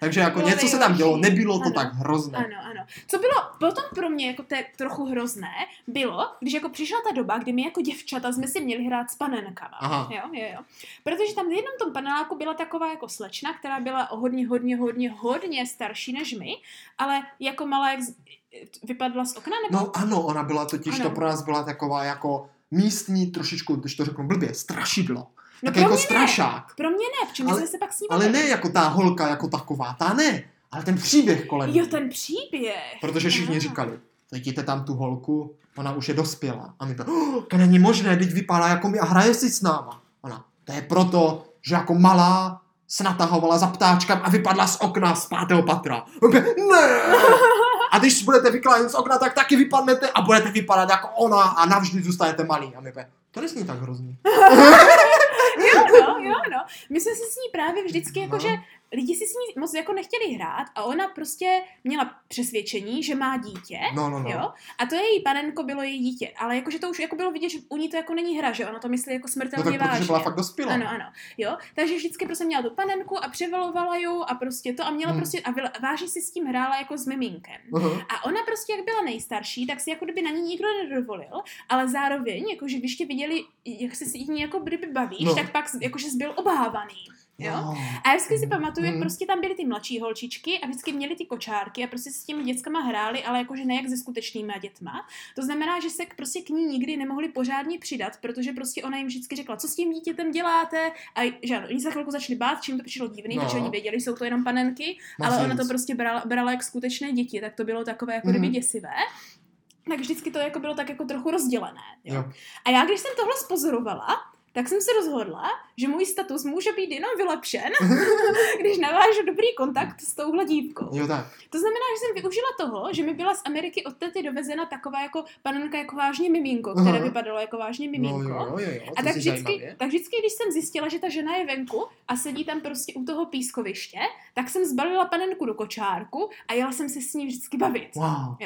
takže jako
Bylo
něco se tam dělo,
nejhorší.
nebylo to
Ano.
tak hrozné.
Ano, ano. Co bylo potom pro mě jako te, trochu hrozné, bylo, když jako přišla ta doba, kdy my jako děvčata jsme si měli hrát s panenkama.
Aha.
Jo, jo, jo. Protože tam v jednom tom paneláku byla taková jako slečna, která byla o hodně, hodně, hodně, hodně starší než my, ale jako malá, jak z, vypadla z okna, nebo
No ano, ona byla totiž,
Ano.
to pro nás byla taková jako místní trošičku, když to řeknu blbě, strašidlo.
No
tak
pro
jako
mě ne.
strašák.
pro mě ne, protože my
Ale-
jsme se pak s ní
Ale
bavili.
ne jako ta holka jako taková, ta ne, ale ten příběh kolem.
Jo,
ní.
ten příběh.
Protože všichni
Aha.
říkali, vidíte tam tu holku, ona už je dospělá. A my to, "Oh, to není možné, teď vypadá jako my a hraje si s náma. Ona, to je proto, že jako malá se natahovala za ptáčkem a vypadla z okna z pátého patra. Úplně, Ne! A když budete vykládat z okna, tak taky vypadnete a budete vypadat jako ona a navždy zůstanete malý. A my úplně, to nesmí tak hrozný.
Jo, no, jo, no. My jsme si s ní právě vždycky jako,
No.
že lidi si s ní moc jako nechtěli hrát a ona prostě měla přesvědčení, že má dítě.
No, no, no.
Jo? A to její panenko bylo její dítě, ale jakože to už jako bylo vidět, že u ní to jako není hra, že ona to myslí jako
No
smrtelně
tak protože
vážně.
byla fakt dospělá.
Ano, ano, jo. Takže vždycky prostě měla tu panenku a převalovala ju a prostě to a měla
Hmm.
prostě a vyl- vážně si s tím hrála jako s miminkem.
Aha.
A ona prostě, jak byla nejstarší, tak si jako kdyby na ní nikdo nedovolil, ale zároveň, jakože když tě viděli, jak se s ní jako kdyby bavíš,
No.
no. tak pak z- jakože jsi byl obávaný. Jo?
Jo.
A já vždycky si pamatuju, jak
Mm.
prostě tam byly ty mladší holčičky a vždycky měly ty kočárky a prostě s těmi dětskama hrály, ale jakože ne jak se skutečnýma dětma. To znamená, že se k, prostě k ní nikdy nemohli pořádně přidat, protože prostě ona jim vždycky řekla, co s tím dítětem děláte. A že ano, oni se za chvilku začali bát, čím to přišlo divný,
No.
no. protože oni věděli, jsou to jenom panenky,
Máš
ale ona
nic.
to prostě brala, brala jak skutečné děti, tak to bylo takové jako
Mhm.
kdyby děsivé. Tak vždycky to jako bylo tak jako trochu rozdělené. Jo?
Jo.
A já, když jsem tohle spozorovala, tak jsem se rozhodla, že můj status může být jenom vylepšen, když navážu dobrý kontakt s touhle dívkou.
Jo, tak.
To znamená, že jsem využila toho, že mi byla z Ameriky od tety dovezena taková jako panenka jako vážně miminko, které
Aha.
vypadalo jako vážně miminko.
No, jo, jo, jo, jo,
A
to
tak
zní
vždycky,
zajímavě.
tak vždycky, když jsem zjistila, že ta žena je venku a sedí tam prostě u toho pískoviště, tak jsem zbalila panenku do kočárku a jela jsem se s ní vždycky bavit.
Wow.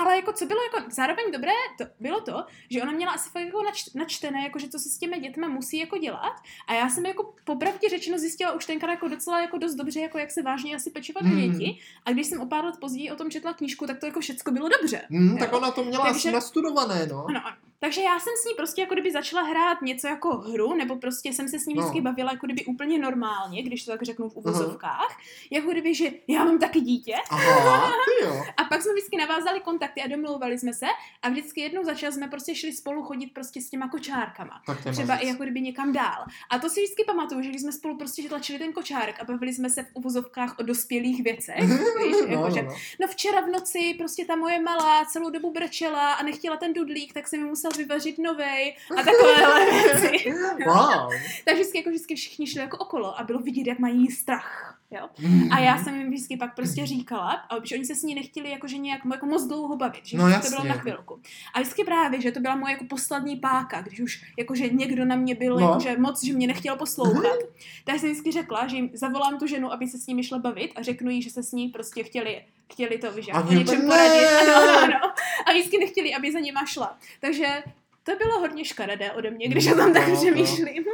Ale jako co bylo jako zároveň dobré, to bylo to, že ona měla asi fakt jako nač, načtené, jako že co se s těmi dětmi musí jako dělat. A já jsem jako popravdě řečeno zjistila už tenkrát jako docela jako dost dobře, jako jak se vážně asi pečovat o
Hmm.
děti. A když jsem o pár let později o tom četla knížku, tak to jako všecko bylo dobře.
Hmm,
Jo.
tak ona to měla
Takže-
asi nastudované, no.
Ano, ano. Takže já jsem s ní prostě jako kdyby začala hrát něco jako hru, nebo prostě jsem se s ní
No.
vždycky bavila jako kdyby úplně normálně, když to tak řeknu v uvozovkách,
Mhm.
jako kdyby, že já mám taky dítě.
Aha, ty jo.
A pak jsme vždycky navázali kontakty a domlouvali jsme se a vždycky jednou za čas jsme prostě šli spolu chodit prostě s těma kočárkama.
Tak to je
Třeba
mazec.
i jako kdyby někam dál. A to si vždycky pamatuju, že když jsme spolu prostě tlačili ten kočárek a bavili jsme se v uvozovkách o dospělých věcech, víš,
no,
jako, že
no, no.
no včera v noci prostě ta moje malá celou dobu brečela a nechtěla ten dudlík, tak jsem mi musel vyvařit novej a takovéhle věci.
Wow.
Takže vždycky, jako vždycky všichni šli jako okolo a bylo vidět, jak mají strach. Jo?
Hmm.
A já jsem jim vždycky pak prostě říkala, a protože oni se s ní nechtěli jakože nějak jako moc dlouho bavit, že
No
no,
jasně,
to bylo na
jako.
chvilku. A vždycky právě, že to byla moje jako poslední páka, když už jakože někdo na mě byl
No. Mhm.
no. jakože moc, že mě nechtěl poslouchat. tak jsem vždycky řekla, že jim zavolám tu ženu, aby se s nimi šla bavit a řeknu jí, že se s ní prostě chtěli chtěli to, víš,
A
jako o
mě-
něčem
ne!
poradit. Ano, ano. A vždycky nechtěli, aby za nima šla. Takže to bylo hodně škaredé ode mě, když o tom tak
No, no.
přemýšlím.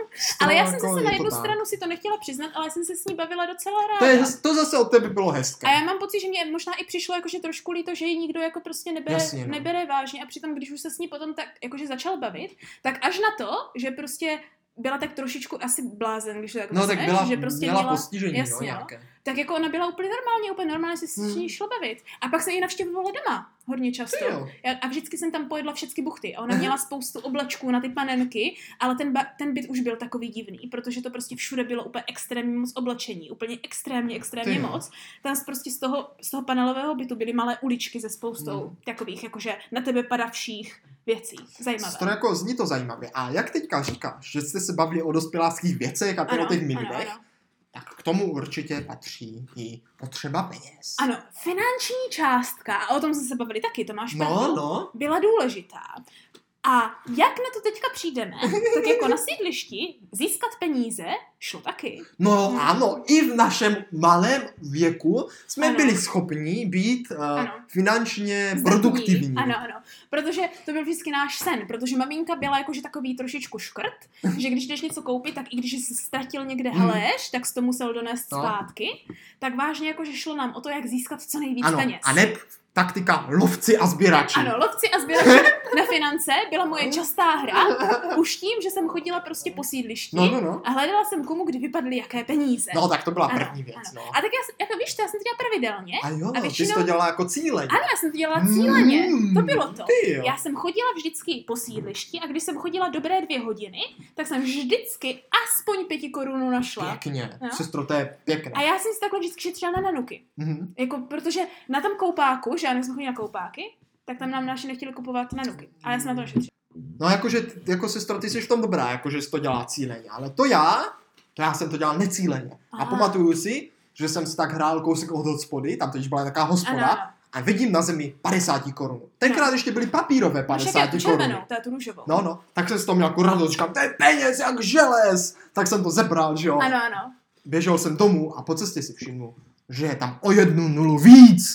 Ale já jsem
Jako
zase
je
na
to
jednu
tak.
stranu si to nechtěla přiznat, ale jsem se s ní bavila docela ráda.
To, je, hez- to zase od tebe bylo hezké.
A já mám pocit, že mě možná i přišlo jakože trošku líto, že ji nikdo jako prostě nebere,
Jasně,
Jasně,
no.
no. nebere vážně a přitom, když už se s ní potom tak jakože začal bavit, tak až na to, že prostě byla tak trošičku asi blázen, když to tak
No tak
vezmeš,
byla,
že prostě
měla
měla...
postižení,
jasně,
no,
no.
nějaké.
tak jako ona byla úplně normálně, úplně normálně se s
Mhm.
ní šlo bavit. A pak jsem ji navštěvovala doma hodně
Ty
často.
jo.
Já- A vždycky jsem tam pojedla všechny buchty. A ona měla spoustu oblačků na ty panenky, ale ten, ba- ten byt už byl takový divný, protože to prostě všude bylo úplně extrémně moc oblečení, úplně extrémně, extrémně
Ty jo.
moc. Tam z- prostě z toho, z toho panelového bytu byly malé uličky se spoustou
Hmm.
takových, jakože na tebe padavších věcí. Zajímavé.
To jako zní to zajímavě. A jak teďka říkáš, že jste se bavili o dospěláckých věcech a
Ano,
těch
ano,
minidech,
ano.
tak k tomu určitě patří i potřeba peněz.
ano, finanční částka, a o tom jsme se bavili taky, to máš pravdu.
No, no.
byla důležitá. A jak na to teďka přijdeme, tak jako na sídlišti získat peníze šlo taky.
No
Hmm.
ano, i v našem malém věku jsme
Ano.
byli schopni být uh,
Ano.
finančně
Zdatní.
produktivní.
Ano, ano. Protože to byl vždycky náš sen, protože maminka byla jakože takový trošičku škrt,
Mhm.
že když jdeš něco koupit, tak i když jsi ztratil někde
Hmm.
haléř, tak jsi to musel donést
No.
zpátky. Tak vážně jakože šlo nám o to, jak získat co nejvíc
ano.
peněz.
A ne taktika lovci a sběrači.
Ano, lovci a sběrači na finance byla moje častá hra. Už tím, že jsem chodila prostě po sídlišti
No, no, no.
a hledala jsem komu, kdy vypadly jaké peníze.
No, tak to byla
Ano,
první věc, no.
A tak já, jsem- jako víš, to já jsem to dělala pravidelně.
A jo, ty
a
jsi
většinou-
to dělala jako cíleně.
Ano, já jsem to dělala cíleně.
Mm,
To bylo to.
Ty jo.
Já jsem chodila vždycky po sídlišti a když jsem chodila dobré dvě hodiny, tak jsem vždycky aspoň pěti korunu našla.
Pěkně.
No.
Sestro, to je pěkné.
A já jsem si takhle vždycky šetřila na nanuky.
Mhm.
Jako, protože na tom koupáku, že já nejsem chodila na koupáky, tak tam nám naši nechtěli kupovat nanuky. Ale já jsem na to našetřila.
No jakože, t- jako sestra, ty jsi v tom dobrá, jakože jsi to dělá cíleně, ale to já, to já jsem to dělal necíleně. A
Aha.
pamatuju si, že jsem si tak hrál kousek od hospody, tam totiž byla taková hospoda,
Ano, ano.
a vidím na zemi 50 korun. Tenkrát ještě byly papírové
No, však
50
já tu
korun.
červenou, to je tu růžovou.
No, no, tak jsem z toho měl jako radost, říkám, to je peněz jak želez, tak jsem to zebral, že jo.
Ano, ano.
Běžel jsem domů a po cestě si všimnu, že je tam o jednu nulu víc.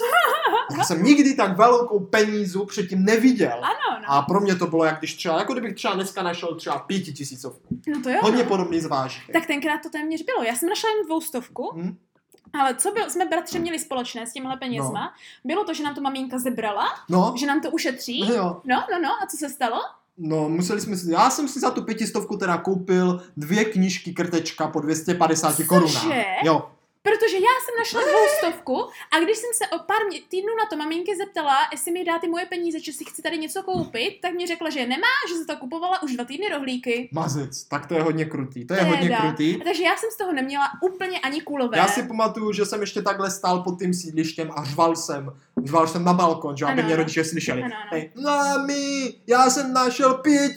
Já jsem nikdy tak velkou penízu předtím neviděl.
Ano, no.
A pro mě to bylo, jak když třeba, jako kdybych třeba dneska našel třeba pětitisícovku.
No to jo.
Hodně
no.
podobný zvážky.
Tak tenkrát to téměř bylo. Já jsem našla jen dvoustovku,
Hm?
ale co byl, jsme bratři měli společné s těmhle penězma, no. bylo to, že nám to maminka zebrala,
No,
že nám to ušetří.
no jo.
No, no, no, a co se stalo?
No, museli jsme si, já jsem si za tu pětistovku teda koupil dvě knížky krtečka po 250 korunách. Jo,
Protože já jsem našla dvoustovku a když jsem se o pár mě- týdnů na to maminky zeptala, jestli mi dá ty moje peníze, že si chci tady něco koupit, tak mi řekla, že je nemá, že se to kupovala už dva týdny rohlíky.
mazec, tak to je hodně krutý, to je hodně
Teda.
krutý.
Takže já jsem z toho neměla úplně ani kulové.
Já si pamatuju, že jsem ještě takhle stál pod tím sídlištěm a řval jsem, řval jsem na balkon, že aby
Ano,
mě
ano.
rodiče slyšeli.
Ano, ano.
Hej, Mami, No já jsem našel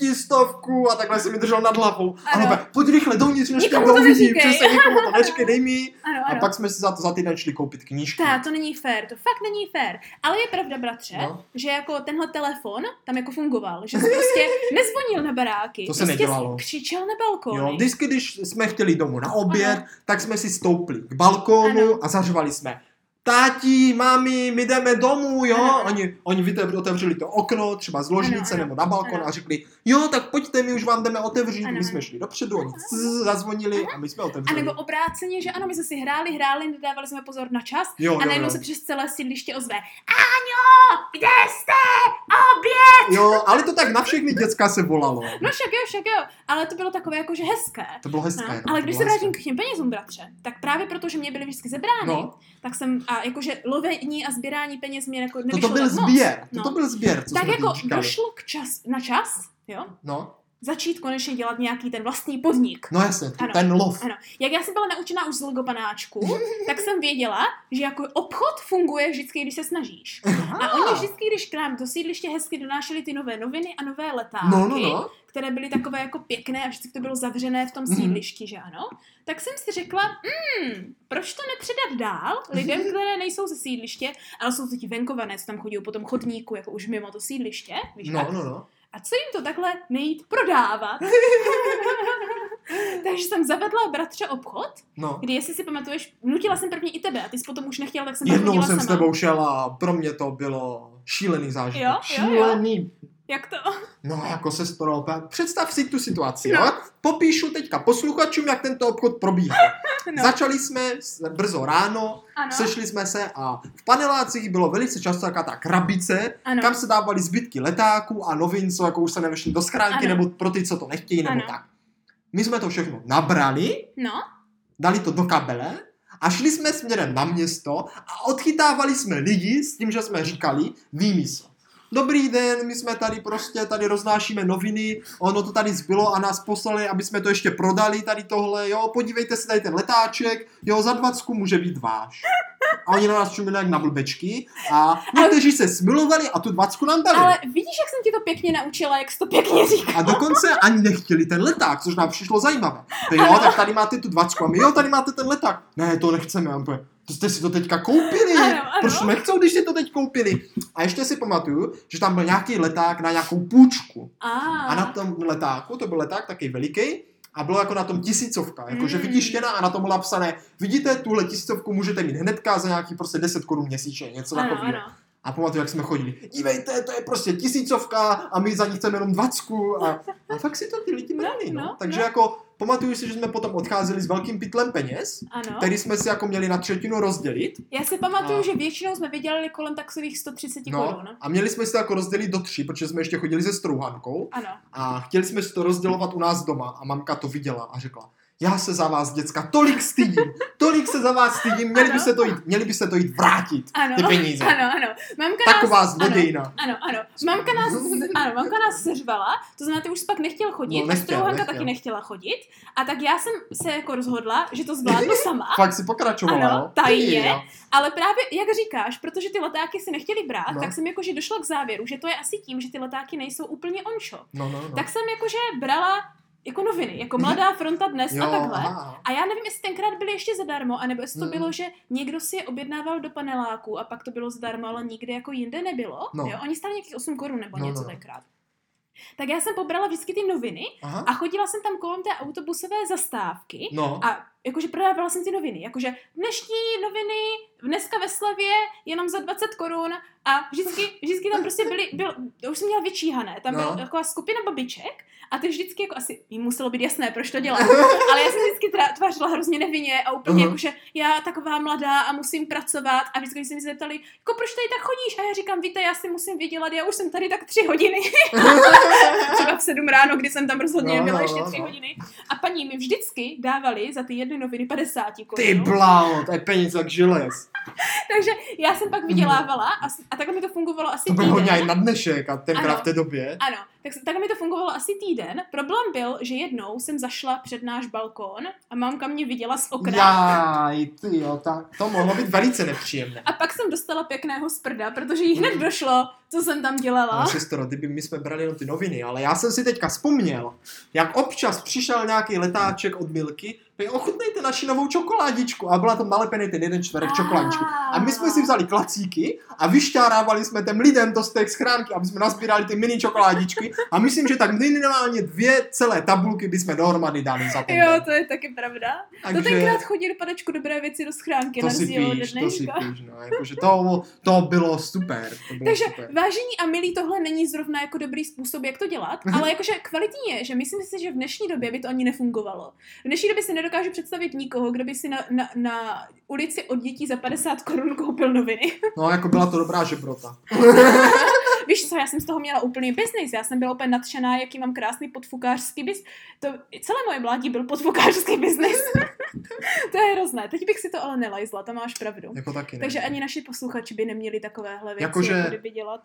pětistovku a takhle jsem mi držel nad hlavou.
Ano.
Ano. A pojď rychle dovnitř, než
Nikomu
tam
to
uvidí,
neříkej.
přesně nikomu to neříkej, dej mi. ji.
Ano,
A
ano.
pak jsme si za to za týden šli koupit knížku.
Tá, to není fér, to fakt není fér. Ale je pravda, bratře,
No.
že jako tenhle telefon tam jako fungoval, že jsi prostě nezvonil na baráky.
To se
prostě
nedělalo.
jsi křičel na balkon.
Jo, vždycky, když jsme chtěli domů na oběd,
Ano.
tak jsme si stoupli k balkónu
Ano.
a zařvali jsme. Táti, mami, my jdeme domů, jo?
Ano, ano.
Oni, oni vytev- otevřeli to okno, třeba z ložnice
Ano, ano.
nebo na balkon
Ano.
a řekli, jo, tak pojďte, my už vám jdeme otevřít.
Ano,
my jsme
ano.
šli dopředu, oni zzz, zazvonili a my jsme
A
otevřeli.
nebo obráceně, že ano, my jsme si hráli, hráli, nedávali jsme pozor na čas
jo,
a
jo,
najednou
jo.
se přes celé sídliště ozve Áňo, kde jste? Obě!
Jo, ale to tak na všechny děcka se volalo.
No však jo, však jo, ale to bylo takové jakože hezké.
To bylo hezké.
No,
no,
ale
to
když se
bylo
vrátím
hezké.
k těm penězům, bratře, tak právě proto, že mě byly vždycky zebrány,
No,
tak jsem, a jakože lovení a sbírání peněz mě jako
to, to
nevyšlo
byl
tak moc.
sběr. To,
no.
to byl sběr, co
tak
jsme
jako
teď říkali.
došlo k čas, na čas, jo,
No,
začít konečně dělat nějaký ten vlastní podnik.
no jasně, t-
Ano.
ten lov.
Ano. Jak já jsem byla naučená už z logopanáčku, tak jsem věděla, že jako obchod funguje vždycky, když se snažíš.
Ah.
A oni vždycky, když k nám do sídliště hezky donášeli ty nové noviny a nové letáky,
No, no, no.
které byly takové jako pěkné a vždycky to bylo zavřené v tom
Mhm.
sídlišti, že ano, tak jsem si řekla, hmm, proč to nepředat dál lidem, které nejsou ze sídliště, ale jsou to ti venkované, co tam chodí po tom chodníku, jako už mimo to sídliště, víš
No,
tak?
no, no.
A co jim to takhle nejít prodávat? Takže jsem zavedla bratře obchod,
no.
kdy jestli si pamatuješ, nutila jsem první i tebe a ty jsi potom už nechtěla, tak jsem pak
Jednou
chodila
jsem
sama.
s tebou šel a pro mě to bylo šílený zážitek.
Jo, jo, jo.
šílený.
Jak to?
No, jako se storo. Představ si tu situaci,
No.
jo? Popíšu teďka posluchačům, jak tento obchod probíhal.
No,
Začali jsme s- brzo ráno,
ano,
sešli jsme se a v panelácích bylo velice často taká ta krabice,
ano,
kam se dávaly zbytky letáků a novin, co jako už se nevešly do schránky,
Ano.
nebo pro ty, co to nechtějí, nebo
Ano.
tak. My jsme to všechno nabrali,
no,
dali to do kabele a šli jsme směrem na město a odchytávali jsme lidi s tím, že jsme říkali výmysl. Dobrý den, my jsme tady prostě, tady roznášíme noviny, ono to tady zbylo a nás poslali, aby jsme to ještě prodali, tady tohle, jo, podívejte se tady ten letáček, jo, za 20 může být váš. A oni na nás čumili jak na blbečky a někteří se smilovali a tu 20 nám dali.
Ale vidíš, jak jsem ti to pěkně naučila, jak jsi to pěkně říká.
A dokonce ani nechtěli ten leták, což nám přišlo zajímavé. To jo, tak tady máte tu dvacku a my jo, tady máte ten leták. Ne, to nechceme. A on poví, to jste si to teďka koupili.
Ano, ano.
Proč to nechcou, když si to teď koupili? A ještě si pamatuju, že tam byl nějaký leták na nějakou půjčku.
A,
A na tom letáku, to byl leták taky veliký, a bylo jako na tom tisícovka, jakože
Mm.
vytištěna a na tom bylo napsané, vidíte, tuhle tisícovku můžete mít hnedka za nějaký prostě 10 korun měsíčně, něco
ano,
takového.
ano.
A pamatuju, jak jsme chodili. Dívejte, to je prostě tisícovka a my za ní chceme jenom dvacku. A, a fakt si to ty lidi brali. No,
no,
Takže
no.
jako pamatuju si, že jsme potom odcházeli s velkým pytlem peněz,
ano.
který jsme si jako měli na třetinu rozdělit.
Já si pamatuju,
A-
že většinou jsme vydělali kolem takových 130
No,
korun.
a měli jsme si to jako rozdělit do tří, protože jsme ještě chodili se strouhankou.
Ano.
A chtěli jsme si to rozdělovat u nás doma. A mamka to viděla a řekla, já se za vás, děcka, tolik stydím, tolik se za vás stydím, měli by
Ano.
se to jít, měli by se to jít vrátit,
Ano.
ty peníze.
Ano, ano. Mamka nás...
Taková zlodějina.
Ano, ano. Mamka nás, ano, mamka nás seřvala, to znamená, ty už jsi pak nechtěl chodit,
No,
no,
nechtěl,
nechtěl, a strouhanka
nechtěl.
taky nechtěla chodit. A tak já jsem se jako rozhodla, že to zvládnu sama,
Fakt si pokračovala,
Ano,
jo?
tajně.
Ty, jo.
ale právě, jak říkáš, protože ty letáky se nechtěli brát,
No.
no. tak jsem jakože došla k závěru, že to je asi tím, že ty letáky nejsou úplně onšo.
No, no, no.
Tak jsem jakože brala jako noviny, jako Mladá fronta dnes a takhle.
aha.
A já nevím, jestli tenkrát byly ještě zadarmo, anebo jestli to
Mm.
bylo, že někdo si je objednával do paneláku a pak to bylo zadarmo, ale nikde jako jinde nebylo.
No.
Jo, oni stáli nějakých 8 korun nebo
No,
něco
no.
tenkrát. Tak já jsem pobrala vždycky ty noviny
aha.
a chodila jsem tam kolem té autobusové zastávky
No,
a jakože prodávala jsem ty noviny, jakože dnešní noviny dneska ve Slavě jenom za 20 korun a vždycky, vždycky tam prostě byly, byl, to už jsem měla vyčíhané, tam
No.
byla taková skupina babiček a ty vždycky jako asi, jim muselo být jasné, proč to dělám, ale já jsem vždycky tra- tvářila hrozně nevinně a úplně
Mhm.
uh-huh. jakože já taková mladá a musím pracovat a vždycky se mi zeptali, jako proč tady tak chodíš a já říkám, víte, já si musím vydělat, já už jsem tady tak tři hodiny třeba v 7 ráno, kdy jsem tam rozhodně
No,
no, byla
no,
ještě
no,
tři
no.
hodiny. A paní mi vždycky dávali za ty jedny noviny 50
ty
korun.
bláho, to je peníze jak želez.
Takže já jsem pak vydělávala a, s- a takhle mi to fungovalo asi
To bylo
týden.
hodně i na dnešek a tenkrát
Ano.
v té době.
Ano, tak, s- takhle mi to fungovalo asi týden. Problém byl, že jednou jsem zašla před náš balkón a mamka mě viděla z okna.
Jaj, ty jo, ta, to mohlo být velice nepříjemné.
A pak jsem dostala pěkného sprda, protože jí hned došlo, co jsem tam dělala.
Mm. Ale sestro, kdyby my jsme brali jenom ty noviny, ale já jsem si teďka vzpomněl, jak občas přišel nějaký letáček od Milky, "Vy ochutnejte naši novou čokoládičku a byla tam nalepený ten jeden čtverek čokoládičky. A my jsme si vzali klacíky a vyšťárávali jsme těm lidem to z té schránky, aby jsme nazbírali ty mini čokoládičky a myslím, že tak minimálně dvě celé tabulky bychom dohromady dali za ten
Jo,
den.
to je taky pravda.
Takže
To tenkrát chodili panečku dobré věci do schránky
to
na
si
rozdíl
píš,
ode
to si
dneška.
píš, no, jakože to, to bylo super, to bylo
Takže
super.
vážení a milí, tohle není zrovna jako dobrý způsob, jak to dělat,
Mhm.
ale jakože kvalitní je, že myslím si, že v dnešní době by to ani nefungovalo. V dnešní době si nedokážu představit nikoho, kdo by si na, na, na ulici od dětí za 50 korun koupil noviny.
No, jako byla to dobrá žebrota.
Víš co, já jsem z toho měla úplný biznis, já jsem byla úplně nadšená, jaký mám krásný podfukářský biznis. To, celé moje mládí byl podfukářský biznis. to je hrozné, teď bych si to ale nelajzla, to máš pravdu.
Jako taky ne.
Takže ani naši posluchači by neměli takovéhle věci,
Jakože-
jakože... jako kdyby dělat.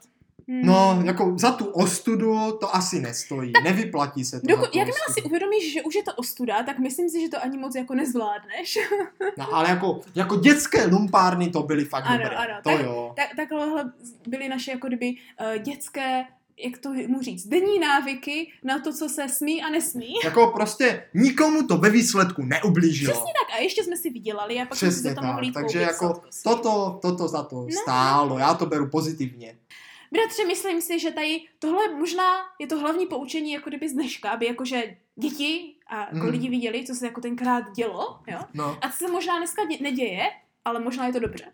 Hmm.
No, jako za tu ostudu to asi nestojí, nevyplatí se to.
Doku-
za tu
jakmile
ostudu.
si uvědomíš, že už je to ostuda, tak myslím si, že to ani moc jako nezvládneš.
No, ale jako, jako dětské lumpárny to byly fakt
Ano,
dobré.
ano,
to
tak-
jo.
tak, takhle byly naše jako kdyby eh, dětské, jak to mu říct, denní návyky na to, co se smí a nesmí.
Jako prostě nikomu to ve výsledku neublížilo.
Přesně tak a ještě jsme si vydělali a pak jsme si
Přesně
za to
tak,
mohli jít
takže
koupit
jako
No. sladkost.
toto, toto za to stálo, já to beru pozitivně.
Bratře, myslím si, že tady tohle možná je to hlavní poučení jako kdyby z dneška, aby jakože děti a jako
Mm.
lidi viděli, co se jako tenkrát dělo, jo?
No,
A co se možná dneska dě- neděje, ale možná je to dobře.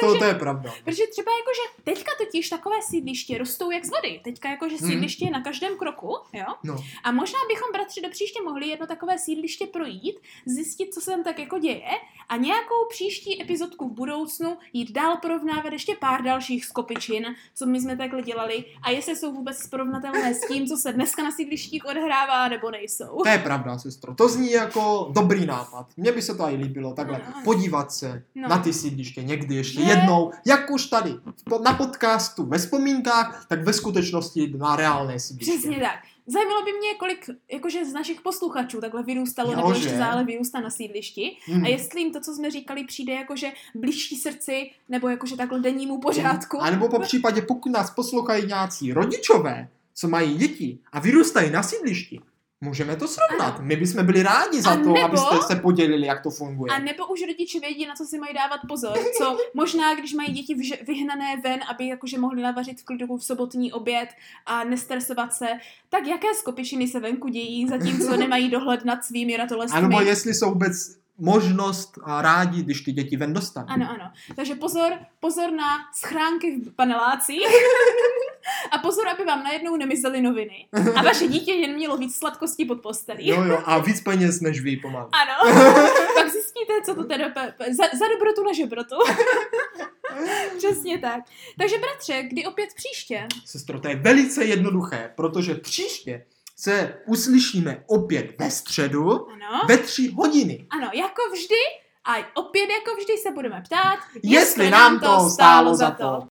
to, to je pravda.
Protože třeba jakože teďka totiž takové sídliště rostou jak z vody. Teďka jakože
Mhm.
sídliště je na každém kroku, jo?
No.
A možná bychom, bratři, do příště mohli jedno takové sídliště projít, zjistit, co se tam tak jako děje a nějakou příští epizodku v budoucnu jít dál porovnávat ještě pár dalších skopičin, co my jsme takhle dělali a jestli jsou vůbec srovnatelné s tím, co se dneska na sídlištích odhrává, nebo nejsou.
To je pravda, sestro. To zní jako dobrý nápad. Mně by se to i líbilo, takhle.
No.
Podívat se
No.
na ty sídliště někdy ještě
Že?
jednou, jak už tady, v po- na podcastu ve vzpomínkách, tak ve skutečnosti na reálné sídliště.
Přesně tak. Zajímalo by mě, kolik jakože z našich posluchačů takhle vyrůstalo,
Jo,
nebo
že?
ještě zále vyrůstá na sídlišti.
Hmm.
A jestli jim to, co jsme říkali, přijde jakože blížší srdci, nebo jakože takhle dennímu pořádku.
Hmm. A nebo po případě, pokud nás poslouchají nějací rodičové, co mají děti a vyrůstají na sídlišti, můžeme to srovnat.
Ano.
My bychom byli rádi za
A
to,
nebo-
abyste se podělili, jak to funguje.
A nebo už rodiče vědí, na co si mají dávat pozor, co možná, když mají děti vž- vyhnané ven, aby jakože mohli navařit v klidu v sobotní oběd a nestresovat se, tak jaké skopišiny se venku dějí, zatímco nemají dohled nad svými
A nebo
ratolestmi.
jestli jsou vůbec možnost a rádi, když ty děti ven dostanou.
Ano, ano. Takže pozor, pozor na schránky v panelácích. A pozor, aby vám najednou nemizely noviny. A vaše dítě jen mělo víc sladkostí pod postelí.
Jo, jo, a víc peněz než vy pomalu.
Ano. Pak zjistíte, co to teda pe- pe- za, za dobrotu na žebrotu. Přesně tak. Takže bratře, kdy opět příště?
Sestro, to je velice jednoduché, protože příště se uslyšíme opět ve středu
Ano.
ve tři hodiny.
Ano, jako vždy. A opět jako vždy se budeme ptát,
Jestli nám to stálo za to.